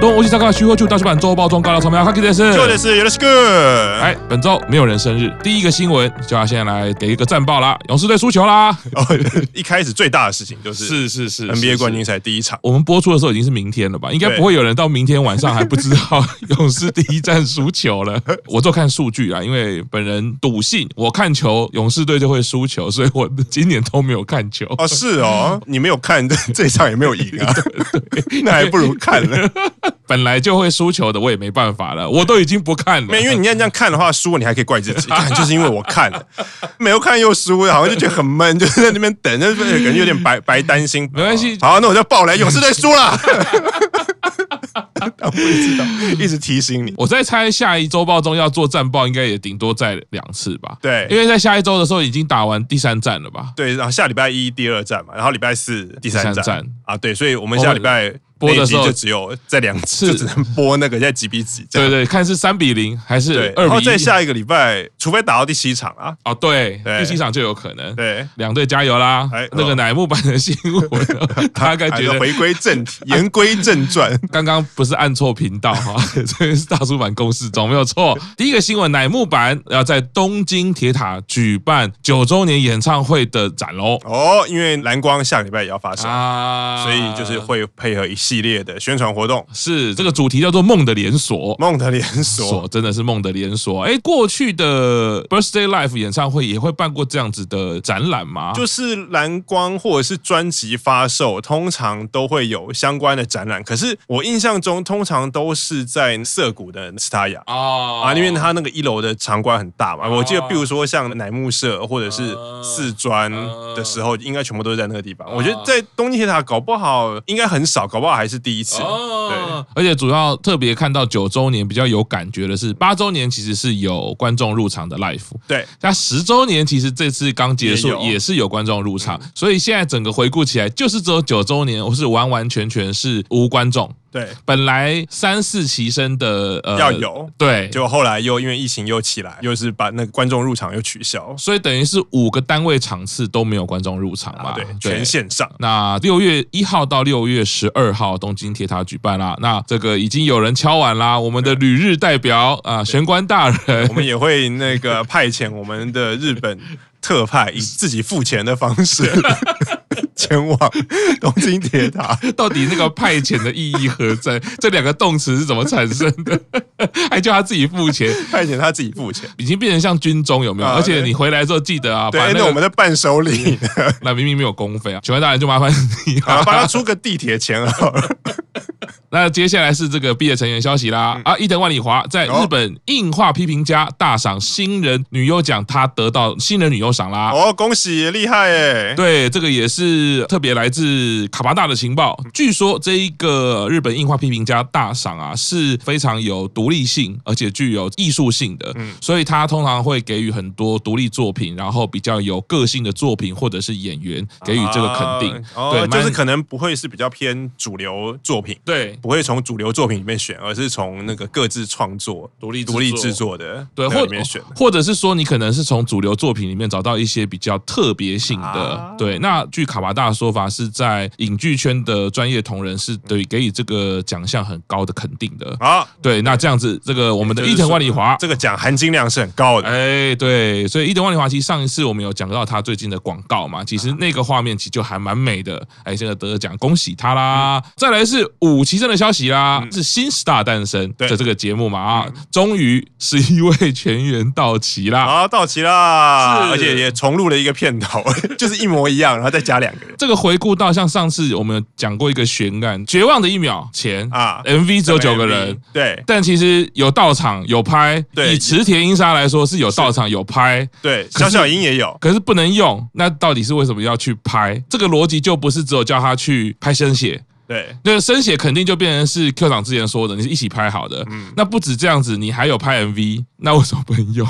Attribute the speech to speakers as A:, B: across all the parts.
A: 东欧西萨卡虚和就大西版周报中高到草莓阿卡基的是。
B: 就得是有的是个，
A: 嗯哎，本周没有人生日。第一个新闻，就要先来给一个战报啦，勇士队输球啦。
B: 哦，一开始最大的事情就 是
A: 是是是
B: NBA 冠。
A: 是是
B: 军赛第一场，
A: 我们播出的时候已经是明天了吧？应该
B: 对
A: 不会有人到明天晚上还不知道勇士第一战输球 了。我就看数据啦，因为本人笃信我看球勇士队就会输球，所以我今年都没有看球。
B: 哦，是
A: 嗯
B: 哦，你没有看 这一场也没有赢 啊，那还不如看了。
A: 本来就会输球的，我也没办法了，我都已经不看了。
B: 没，因为你要这样看的话，输了你还可以怪自 己，干就是因为我看了，没有看又输，好像就觉得很闷， 就在那边等，那感觉有点白白担心。哦
A: 没关系
B: 好，那我就爆雷，勇士队输了。 我不知道，一直提醒你。
A: 我在猜下一周报中要做战报，应该也顶多再两次吧。
B: 对
A: 因为在下一周的时候已经打完第三战了吧？
B: 对，然后下礼拜一第二站嘛，然后礼拜四第三
A: 第三
B: 站
A: 站
B: 啊，对，所以我们下礼拜
A: 播的
B: 那一集
A: 时候
B: 就只有这两次，
A: 是
B: 就只能播那个在几比几这
A: 对
B: 样。
A: 对，看是三比零还是
B: 对，
A: 二
B: 然后
A: 比
B: 再
A: 一。
B: 下一个礼拜，除非打到第七场啊，
A: 哦，对，
B: 对
A: 第七场就有可能。
B: 对，
A: 两队加油啦
B: 哎！
A: 那个
B: 哦
A: 乃木坂的新 闻， 啊大概觉
B: 还是
A: 得
B: 回归正题，言归正传。
A: 刚刚不是按错频道 哈，这个是大叔版公式中没有错。第一个新闻，乃木坂要在东京铁塔举办九周年演唱会的展喽
B: 哦，因为蓝光下个礼拜也要发生，
A: 啊
B: 哦所以就是会配合一系列的宣传活动，
A: 是这个主题叫做梦的连锁。
B: 梦的连锁。
A: 锁真的是梦的连锁。哎，过去的 Birthday Life 演唱会也会办过这样子的展览吗？
B: 就是蓝光或者是专辑发售，通常都会有相关的展览。可是我印象中，通常都是在涩谷的斯塔雅
A: 哦
B: 啊，因为它那个一楼的场馆很大嘛。我记得，
A: 哦
B: 比如说像乃木社或者是
A: 嗯
B: 四专
A: 嗯
B: 的时候，应该全部都是在那个地
A: 哦
B: 方。我觉得在东京铁塔搞不好应该很少，搞不好还是第一次。
A: 哦，而且主要特别看到九周年比较有感觉的是，八周年其实是有观众入场的 l i f e
B: 对，
A: 那十周年其实这次刚结束
B: 也有嗯
A: 也是有观众入场，所以现在整个回顾起来，就是只有九周年，我是完完全全是无观众。
B: 对
A: 本来三四齐升的呃
B: 要有
A: 对，
B: 结果后来又因为疫情又起来，又是把那个观众入场又取消，
A: 所以等于是五个单位场次都没有观众入场嘛，
B: 啊对，全线上。
A: 那六月一号到六月十二号，东京铁塔举办啦。那这个已经有人敲碗啦，我们的旅日代表啊，玄关大人
B: 我。们也会那个派遣我们的日本特派，以自己付钱的方式前往东京铁塔。
A: 到底那个派遣的意义何在？这两个动词是怎么产生的？还叫他自己付钱，
B: 派遣他自己付钱，
A: 已经变成像军中有没有？
B: 啊
A: 而且
B: 对
A: 你回来之后记得啊，
B: 对哎
A: 把，那
B: 那
A: 个嗯
B: 我们的伴手礼，
A: 那明明没有公费啊，请问大人就麻烦你
B: 好
A: 啊
B: 了，。帮他出个地铁钱好 了。
A: 那接下来是这个毕业成员消息啦。
B: 嗯
A: 啊，伊藤万里华在
B: 哦
A: 日本硬化批评家大赏新人女优奖，她得到新人女优赏啦。
B: 哦，恭喜，厉害哎！
A: 对，这个也是特别来自卡巴大的情报。
B: 嗯
A: 据说这一个日本硬化批评家大赏啊，是非常有独立性，而且具有艺术性的。
B: 嗯
A: 所以他通常会给予很多独立作品，然后比较有个性的作品或者是演员给予这个肯定。
B: 啊
A: 对
B: 哦，，就是
A: 蛮
B: 可能不会是比较偏主流作品。
A: 对。
B: 不会从主流作品里面选，而是从那个各自创作、
A: 独立制作
B: 独立制作的
A: 对，
B: 那个
A: 或
B: 里面选的。
A: 或者是说，你可能是从主流作品里面找到一些比较特别性的。
B: 啊
A: 对，那据卡巴大的说法，是在影剧圈的专业同仁是对给予这个奖项很高的肯定的。
B: 好，
A: 对，那这样子，这个我们的
B: 啊就是
A: 伊藤万里华，
B: 这个奖含金量是很高的。
A: 哎，对，所以伊藤万里华其实上一次我们有讲到他最近的广告嘛，其
B: 啊
A: 实那个画面其实就还蛮美的。哎，这个得奖，恭喜他啦！再来是武崎生的消息啦，是新 star 诞生
B: 嗯对嗯
A: 的这个节目嘛啊，终于十一位全员到齐啦。
B: 好，到齐啦，
A: 是
B: 而且也重录了一个片头， 就是一模一样，然后再加两个人。
A: 这个回顾到像上次我们有讲过一个悬案《绝望的一秒》前
B: 啊
A: ，MV 只有九个人，，
B: 对
A: 但其实有到场有拍，
B: 对
A: 以池田英沙来说是有到场有拍，
B: 对，
A: 可是
B: 小小英也有，
A: 可是不能用，那到底是为什么要去拍？这个逻辑就不是只有叫他去拍生写，
B: 对
A: 那个生写肯定就变成是 Q 长之
B: 嗯
A: 前说的，你是一起拍好的。那不止这样子，你还有拍 MV，那为什么不能用？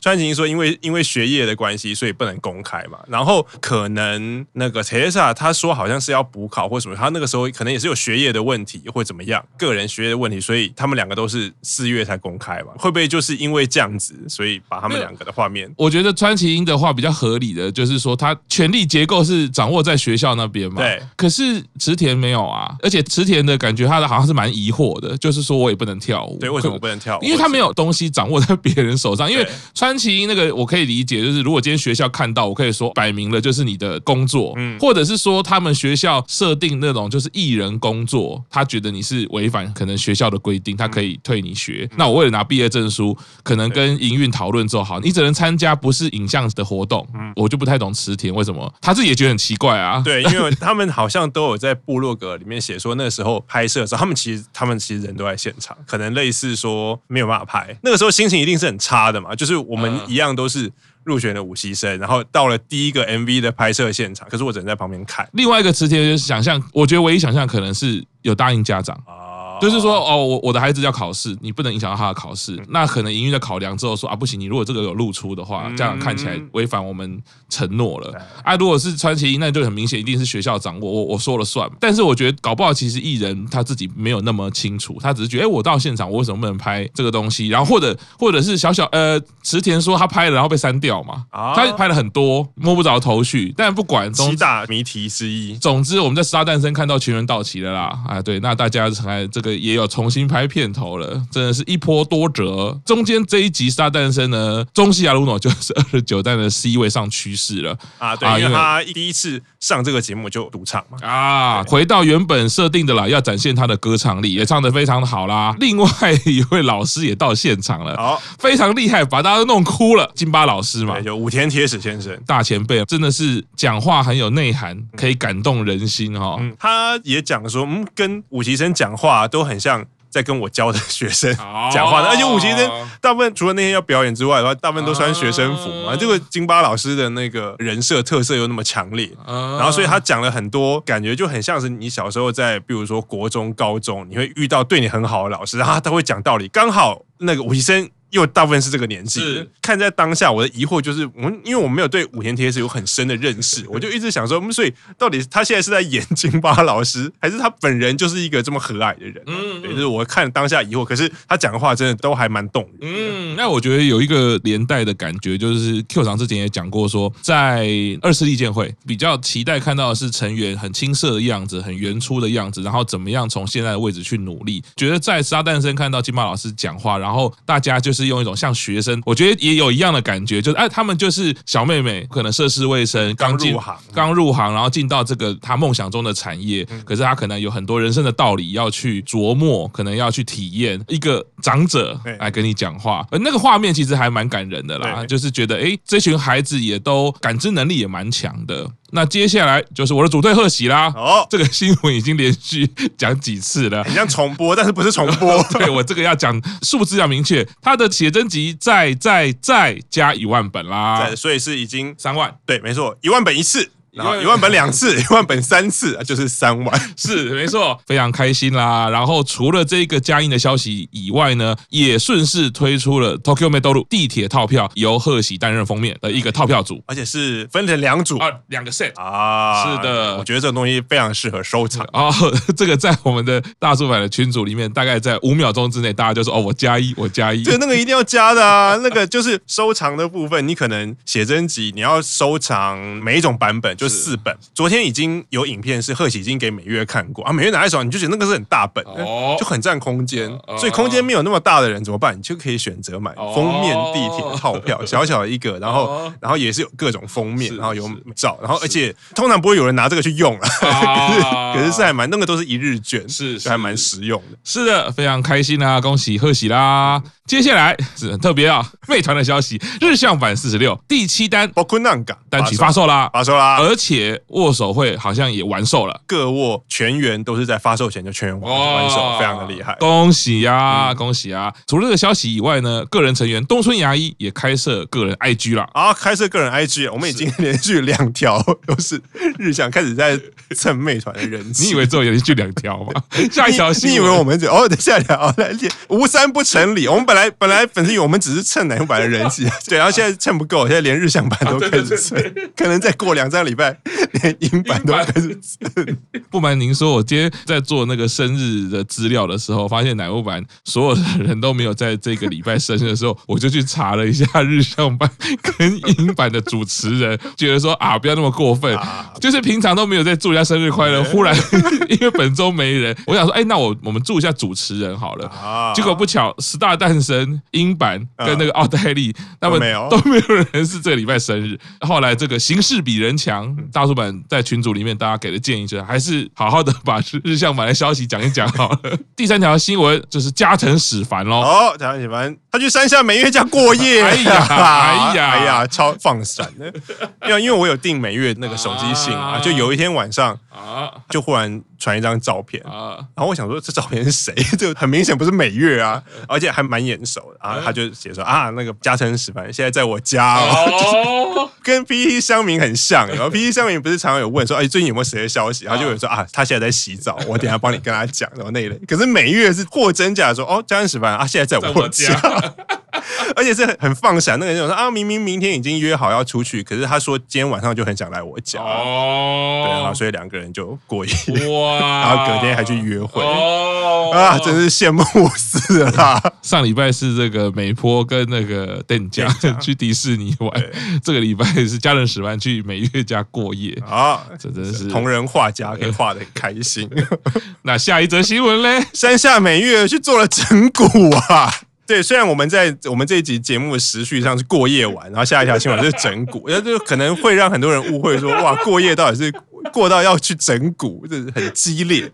B: 川崎说因为因为学业的关系，所以不能公开嘛。然后可能那个 Teresa 她说好像是要补考或什么，她那个时候可能也是有学业的问题或怎么样，个人学业的问题，所以他们两个都是四月才公开嘛。会不会就是因为这样子，所以把他们两个的画面？
A: 我觉得川崎英的话比较合理的，就是说他权力结构是掌握在学校那边嘛。
B: 对。
A: 可是池田没有啊，而且池田的感觉，他的好像是蛮疑惑的，就是说我也不能跳舞。
B: 对，为什么我不能跳舞？
A: 因为他没有东西掌握在别人手上。因为
B: 对
A: 川崎英那个我可以理解，就是如果今天学校看到，我可以说摆明了就是你的工作，
B: 嗯
A: 或者是说他们学校设定那种就是艺人工作，他觉得你是违反可能学校的规定，他可以
B: 嗯
A: 退你学。那我为了拿毕业证书，可能跟营运讨论之后，好，你只能参加不是影像的活动。我就不太懂池田为什么他自己也觉得很奇怪啊。
B: 嗯对，因为他们好像都有在部落格里面写说，那个时候拍摄的时候，他们其实他们其实人都在现场，可能类似说没有办法拍，那个时候心情一定是很差的嘛。就是我们
A: 嗯
B: 一样都是入选的武习生，然后到了第一个 MV 的拍摄现场，可是我只能在旁边看
A: 另外一个池田就是想象，我觉得唯一想象可能是有答应家长。
B: 啊，
A: 就是说，哦，我我的孩子要考试，你不能影响到他的考
B: 嗯
A: 试。那可能营运在考量之后说啊，不行，你如果这个有露出的话，
B: 嗯
A: 家长看起来违反我们承诺了
B: 对
A: 啊。如果是川崎英，那就很明显，一定是学校掌握，我我说了算。但是我觉得搞不好其实艺人他自己没有那么清楚，他只是觉得，哎，我到现场我为什么不能拍这个东西？然后或者或者是小小呃，池田说他拍了，然后被删掉嘛，
B: 啊
A: 他拍了很多，摸不着头绪。但不管，总
B: 七大谜题之一。
A: 总之，我们在十大诞生看到全员到齐了啦，啊，对，那大家还这个也有重新拍片头了，真的是一波多折。中间这一集十大诞生呢，中西亚鲁诺 就是二十九弹的 C 位上趋势了
B: 啊，对，因为他第一次上这个节目就赌场嘛，
A: 啊，回到原本设定的啦，要展现他的歌唱力，也唱得非常的好啦。另外一位老师也到现场了，
B: 好，哎
A: 非常厉害，把大家都弄哭了，金巴老师嘛
B: 对，。就武田铁矢先生，
A: 大前辈啊真的是讲话很有内涵，可以感动人心哈、哦。
B: 嗯，他也讲说，嗯，跟武习生讲话都很像在跟我教的学生
A: 哦
B: 讲话的，而且武习生大部分除了那天要表演之外的话，大部分都穿学生服嘛。
A: 啊
B: 这个金巴老师的那个人设特色又那么强烈，
A: 啊
B: 然后所以他讲了很多，感觉就很像是你小时候在，比如说国中、高中，你会遇到对你很好的老师，然后他会讲道理，刚好那个武医生。又大部分是这个年纪
A: 是，
B: 看在当下，我的疑惑就是，我因为我没有对武田铁矢有很深的认识，我就一直想说，嗯，所以到底他现在是在演金巴老师，还是他本人就是一个这么和蔼的人啊？
A: 嗯嗯
B: 对，就是我看当下疑惑，可是他讲的话真的都还蛮动人。
A: 嗯，那我觉得有一个连带的感觉，就是 Q 长之前也讲过说，在二次利剑会比较期待看到的是成员很青涩的样子，很原初的样子，然后怎么样从现在的位置去努力。觉得在沙诞生看到金马老师讲话，然后大家就是用一种像学生，我觉得也有一样的感觉，就是哎，他们就是小妹妹，可能涉世未深，
B: 刚
A: 进
B: 入行
A: 刚入行，然后进到这个他梦想中的产业，
B: 嗯
A: 可是他可能有很多人生的道理要去琢磨，可能要去体验。一个长者
B: 对
A: 来跟你讲话，呃，那个画面其实还蛮感人的啦，
B: 对
A: 就是觉得诶，这群孩子也都感知能力也蛮强的。那接下来就是我的主队贺喜啦，
B: 哦，
A: 这个新闻已经连续讲几次了。
B: 很像重播，但是不是重 播？
A: 对我这个要讲数字要明确，他的写真集再再再加一万本啦
B: 对，，所以是已经
A: 三万。
B: 对，没错，一万本一次，然
A: 一
B: 后
A: 万
B: 一万本两次，一万本三次，啊就是三万。
A: 是没错，非常开心啦。然后除了这个加印的消息以外呢，也顺势推出了 Tokyo Medoru 地铁套票，由贺喜担任封面的一个套票组
B: 而且是分成两组
A: 啊，两个 set。
B: 啊。
A: 是的
B: 我觉得这种东西非常适合收藏。
A: 哦， 这个在我们的大叔版的群组里面，大概在五秒钟之内，大家就说哦，我加一，我加一。
B: 对，那个一定要加的啊！那个就是收藏的部分，你可能写真集你要收藏每一种版本，就是四本。昨天已经有影片是贺喜已经给美月看过啊，美月拿在手上，你就觉得那个是很大本，
A: 哦
B: 就很占空间
A: 哦，
B: 所以空间没有那么大的人怎么办？你就可以选择买
A: 哦
B: 封面地铁套 票，小小一个，然后
A: 哦
B: 然后也是有各种封面，
A: 是
B: 然后有
A: 是
B: 照，然后而且通常不会有人拿这个去用了，
A: 啊
B: 可是是还蛮那个都是一日券，
A: 是
B: 就还
A: 是
B: 蛮实用的。
A: 是的，非常开心啦，恭喜贺喜啦！接下来是很特别啊，妹团的消息，日向版四十六第七单
B: 包括那个
A: 单曲发售啦，
B: 发售啦，
A: 而而且握手会好像也完售了。
B: 各握全员都是在发售前就全员完完手，非常的厉害。
A: 哦
B: 嗯
A: 恭喜呀、恭喜呀、除了这个消息以外呢，个人成员东村牙医也开设个人 IG 啦。
B: 啊，开设个人 IG，我们已经连续两条都是日向开始在蹭妹团的人气。
A: 你以为只有连续两条 吗？下一条
B: 你
A: 新
B: 你以
A: 闻
B: 为我们只哦？等一下聊哦来练无三不成礼。我们本来本来粉丝以为我们只是蹭男版的 人气，对，然后现在蹭不够，现在连日向版都开始蹭，
A: 啊对
B: 可能再过两三礼拜，连英版都
A: 英版
B: 开始蹭。
A: 不瞒您说，我今天在做那个生日的资料的时候，发现奶木坂所有的人都没有在这个礼拜生日的时候，我就去查了一下日向版跟英版的主持人，觉得说啊，不要那么过分，
B: 啊
A: 就是平常都没有在祝人家生日快
B: 哎
A: 乐，忽然 因为本周没人，我想说，哎，那我我们祝一下主持人好了。
B: 啊
A: 结果不巧，十大诞生英版跟那个奥黛丽，他们
B: 嗯都没有
A: 都没有人是这个礼拜生日。后来这个形势比人强，
B: 嗯
A: 大叔版在群组里面大家给的建议就是，还是好好的把日向版的消息讲一讲好 了。第三条新闻就是加藤史凡喽。
B: 哦，台湾喜欢他去山下美月家过夜，
A: 哎 呀哎呀
B: 哎呀，超放闪的。 因为因为我有订美月那个手机信啊，
A: 啊
B: 就有一天晚上
A: 啊
B: 就忽然传一张照片，
A: 啊！
B: 然后我想说这照片是谁？ 就很明显不是美月啊，而且还蛮眼熟的。然
A: 哎
B: 后他就写说啊，那个加成史凡现在在我家
A: 啊
B: 哦，
A: 哦，
B: 跟 PPT 乡民很像。然后 PPT 乡民不是常常有问说，哎，最近有没有谁的消息？然后就有人说啊，他现在在洗澡，我等一下帮你跟他讲，然后那一类。可是美月是货真价实说，哦，加成史凡啊，现在在
A: 在
B: 我
A: 我
B: 家
A: 家。
B: 而且是很很放闪，那个人就说啊，明明明天已经约好要出去，可是他说今天晚上就很想来我 家，对，然后
A: 哦，
B: 所以两个人就过夜，
A: 哇！
B: 啊然后隔天还去约会
A: 啊哦
B: 啊，真是羡慕死了啦。
A: 上礼拜是这个美坡跟那个邓家 去迪士尼玩，这个礼拜是家人史万去美月家过 夜。
B: 啊，
A: 这真是
B: 同人画家可以画的开心。
A: 那下一则新闻 嘞？
B: 山下美月去做了整蛊啊！ 对，虽然我们在我们这一集节目的时序上是过夜玩，然后下一条新闻是整蛊， 那就可能会让很多人误会说，哇，过夜到底是过到要去整蛊，这是很激烈。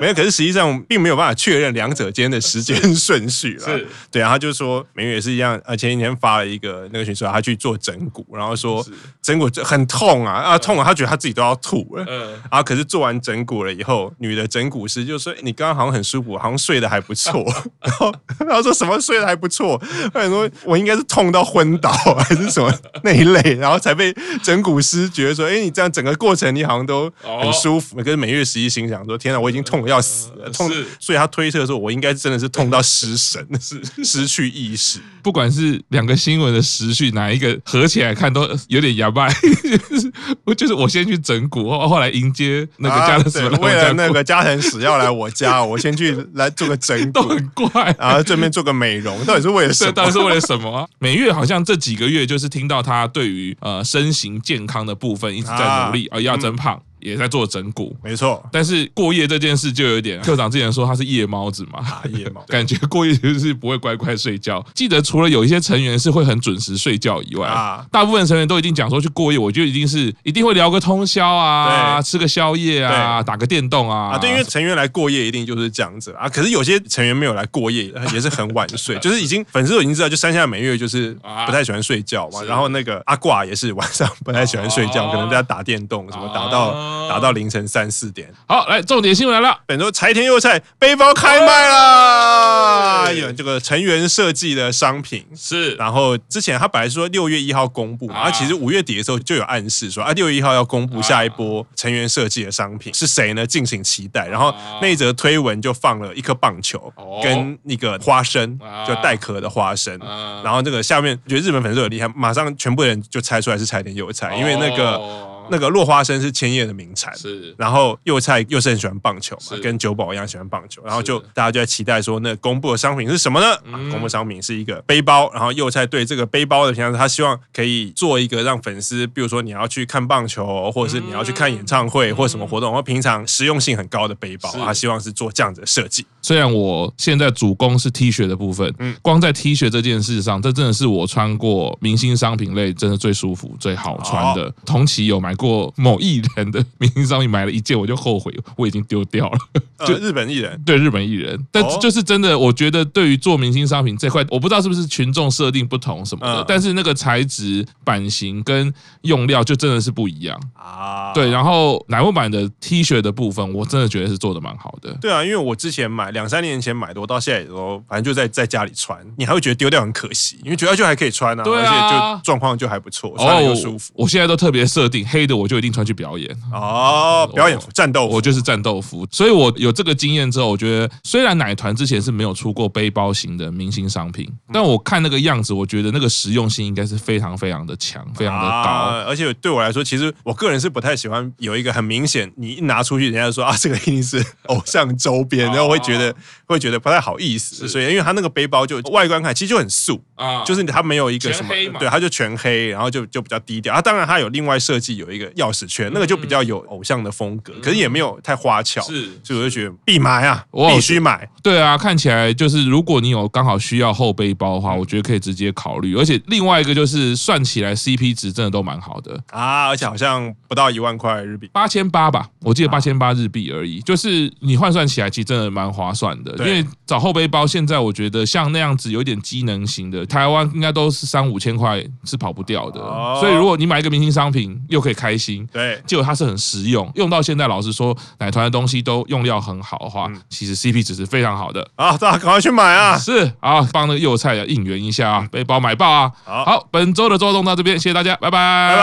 B: 没有，可是实际上并没有办法确认两者间的时间顺序啦。
A: 是
B: 对，然啊后他就说美月也是一样，呃，前几天发了一个那个群说他去做整骨，然后说整骨很痛啊啊痛啊，他觉得他自己都要吐了。
A: 嗯，
B: 啊！可是做完整骨了以后，女的整骨师就说：“欸你刚刚好像很舒服，好像睡得还不错。” 然后他说什么睡得还不错，他说我应该是痛到昏倒啊还是什么那一类，然后才被整骨师觉得说：“哎，你这样整个过程你好像都
A: 哦
B: 很舒服。可是每月十一心想说：“天哪，我已经痛得要死了，痛
A: 呃是！”
B: 所以他推测说：“我应该真的是痛到失神，是失去意识。”
A: 不管是两个新闻的时序，哪一个合起来看都有点牙白，就是我 就是我先去整蛊，后后来迎接那个家人史
B: 啊对
A: 万，
B: 为了那个家人史要来我家，我先去来做个整
A: 都
B: 蛊，
A: 很怪。
B: 然后顺便做个美容，到底是为啊了 什
A: 这
B: 么？
A: 到底是为了什么啊、美月好像这几个月就是听到她对于呃身形健康的部分一直在努力，啊、要
B: 嗯
A: 增胖，也在做整骨。
B: 没错，
A: 但是过夜这件事就有 点，科长之前说他是夜猫子嘛，
B: 啊夜猫
A: 感觉过夜就是不会乖乖睡觉。记得除了有一些成员是会很准时睡觉以外，
B: 啊
A: 大部分成员都已经讲说去过夜，我就一定是一定会聊个通宵啊，吃个宵夜啊，打个电动啊。
B: 啊，对，因为成员来过夜一定就是这样子啊。可是有些成员没有来过夜，也是很晚 睡，就是已经粉丝都已经知道，就山下美月就是
A: 啊
B: 不太喜欢睡觉嘛。 然后那个阿挂也是晚上不太喜欢睡觉，
A: 哦
B: 可能在家打电动，什么打到
A: 哦
B: 打到凌晨三四点。
A: 好，来重点新闻来了，
B: 本周柴田佑菜背包开卖
A: 哎
B: 啦，有这个成员设计的商品。
A: 是
B: 然后之前他本来说六月一号公布嘛，
A: 啊
B: 啊，其实五月底的时候就有暗示说啊，六月一号要公布下一波成员设计的商品是谁呢？敬请期待。然后
A: 啊
B: 那一则推文就放了一颗棒球
A: 哦
B: 跟那个花生
A: 啊，
B: 就带壳的花生。
A: 啊
B: 然后这个下面觉得日本粉丝很厉害，马上全部人就猜出来是柴田佑菜，啊因为那个
A: 哦
B: 那个落花生是千叶的名产。
A: 是
B: 然后幼菜又是很喜欢棒球嘛
A: 是，
B: 跟九保一样喜欢棒球，然后就是大家就在期待说，那公布的商品是什么呢？
A: 嗯
B: 啊公布商品是一个背包，然后幼菜对这个背包的评价是，他希望可以做一个让粉丝，比如说你要去看棒球，或者是你要去看演唱会或什么活动，然后平常实用性很高的背包
A: 嗯是，
B: 他希望是做这样子的设计。
A: 虽然我现在主攻是 T 恤的部分，
B: 嗯
A: 光在 T 恤这件事上，这真的是我穿过明星商品类真的最舒服、最好穿的。同期有买过某艺人的明星商品买了一件，我就后悔，我已经丢掉了。
B: 呃
A: 就
B: 日本艺人，
A: 对日本艺人，但
B: 哦
A: 就是真的，我觉得对于做明星商品这块，我不知道是不是群众设定不同什么的，
B: 嗯
A: 但是那个材质、版型跟用料就真的是不一样。
B: 啊，
A: 对，然后乃木坂的 T 恤的部分，我真的觉得是做的蛮好的。
B: 对啊，因为我之前买两三年前买的，我到现在也都反正就在在家里穿，你还会觉得丢掉很可惜，因为觉得就还可以穿啊，
A: 对啊
B: 而且就状况就还不错，穿的又舒服
A: 哦我现在都特别设定黑的，我就一定穿去表演。
B: 哦表演
A: 我
B: 战斗服，
A: 我就是战斗服，所以我有这个经验之后，我觉得虽然奶团之前是没有出过背包型的明星商品，
B: 嗯
A: 但我看那个样子，我觉得那个实用性应该是非常非常的强，非常的高。
B: 啊，而且对我来说，其实我个人是不太喜欢有一个很明显，你一拿出去，人家就说啊，这个一定是偶像周边，然后我会觉得会觉得不太好意思，
A: 哦是
B: 所以因为他那个背包就外观看其实就很素，
A: 啊
B: 就是它没有一个
A: 全
B: 什么
A: 黑，嘛
B: 对，它就全黑，然后就就比较低调。啊，当然它有另外设计有一个钥匙圈，那个就比较有偶像的风格，可是也没有太花俏，
A: 嗯是
B: 所以我就觉得必买啊，
A: 我有
B: 必须买。
A: 对啊，看起来就是如果你有刚好需要后背包的
B: 嗯
A: 话，我觉得可以直接考虑。而且另外一个就是算起来 CP 值真的都蛮好的，
B: 啊，而且好像不到一万块日币，
A: 八千八吧，我
B: 啊
A: 记得八千八日币而已，就是你换算起来其实真的蛮划算的。因
B: 对
A: 为找后背包，现在我觉得像那样子有点机能型的，台湾应该都是三五千块是跑不掉的。
B: 哦
A: 所以如果你买一个明星商品，又可以开心。
B: 对，
A: 结果它是很实用，用到现在，老实说，奶团的东西都用料很好的话，其实 CP 值是非常好的。
B: 啊，大家赶快去买嗯啊！
A: 是啊，帮那个幼菜应援一下啊，背包买爆啊！
B: 好
A: 本周的周动到这边，谢谢大家，拜拜，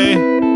B: 拜拜。